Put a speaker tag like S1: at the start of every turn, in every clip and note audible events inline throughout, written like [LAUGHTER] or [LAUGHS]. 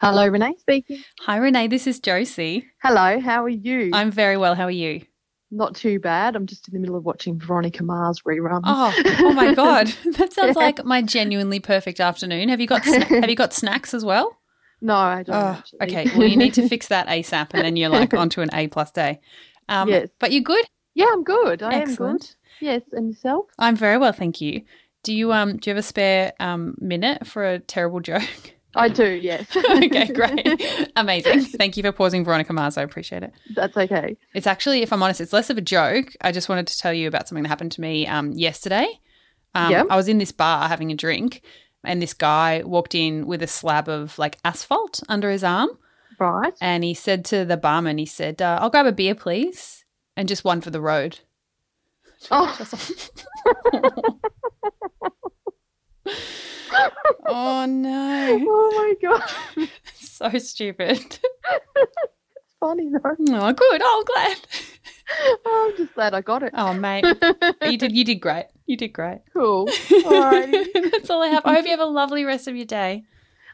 S1: Hello, Renee speaking.
S2: Hi, Renee. This is Josie.
S1: Hello, how are you?
S2: I'm very well. How are you?
S1: Not too bad. I'm just in the middle of watching Veronica Mars reruns.
S2: Oh,
S1: [LAUGHS]
S2: oh my God. [LAUGHS] That sounds like my genuinely perfect afternoon. Have you got
S1: [LAUGHS]
S2: sna- Have you got snacks as well?
S1: No, I don't.
S2: Oh,
S1: actually.
S2: okay. Well, you need to fix that ASAP, and then you're like onto an A plus day. Um,
S1: Yes.
S2: But you're good.
S1: [LAUGHS] yeah, I'm good. I am good.
S2: Excellent.
S1: Yes, and yourself?
S2: I'm very well, thank you. Do you um Do you have a spare um minute for a terrible joke? [LAUGHS]
S1: I do. Yes.
S2: okay, great, amazing. Thank you for pausing, Veronica Mars. I appreciate it.
S1: [LAUGHS] That's okay.
S2: It's actually, if I'm honest, it's less of a joke. I just wanted to tell you about something that happened to me um, yesterday. Um,
S1: Yeah.
S2: I was in this bar having a drink, and this guy walked in with a slab of like asphalt under his arm,
S1: Right.
S2: and he said to the barman, "He said, uh, I'll grab a beer, please, and just one for
S1: [LAUGHS]
S2: the road."
S1: Oh,
S2: oh no,
S1: [LAUGHS]
S2: [LAUGHS]
S1: oh my god, it's
S2: so stupid. [LAUGHS]
S1: funny though. [LAUGHS]
S2: Oh, good. Oh, glad.
S1: Oh, I'm just glad I got it.
S2: Oh, mate, you did. You did great. You did great.
S1: [LAUGHS]
S2: [LAUGHS]
S1: cool. Alrighty.
S2: That's all I have. I hope you have a lovely rest of your day.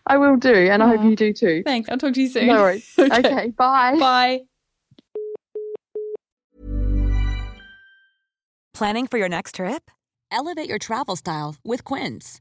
S1: I will do, and I hope
S2: Aw.
S1: you do too.
S2: Thanks. I'll talk to you soon.
S1: No worries.
S2: [LAUGHS]
S1: Okay. bye.
S2: Bye.
S3: Planning for your next trip? Elevate your travel style with Quince.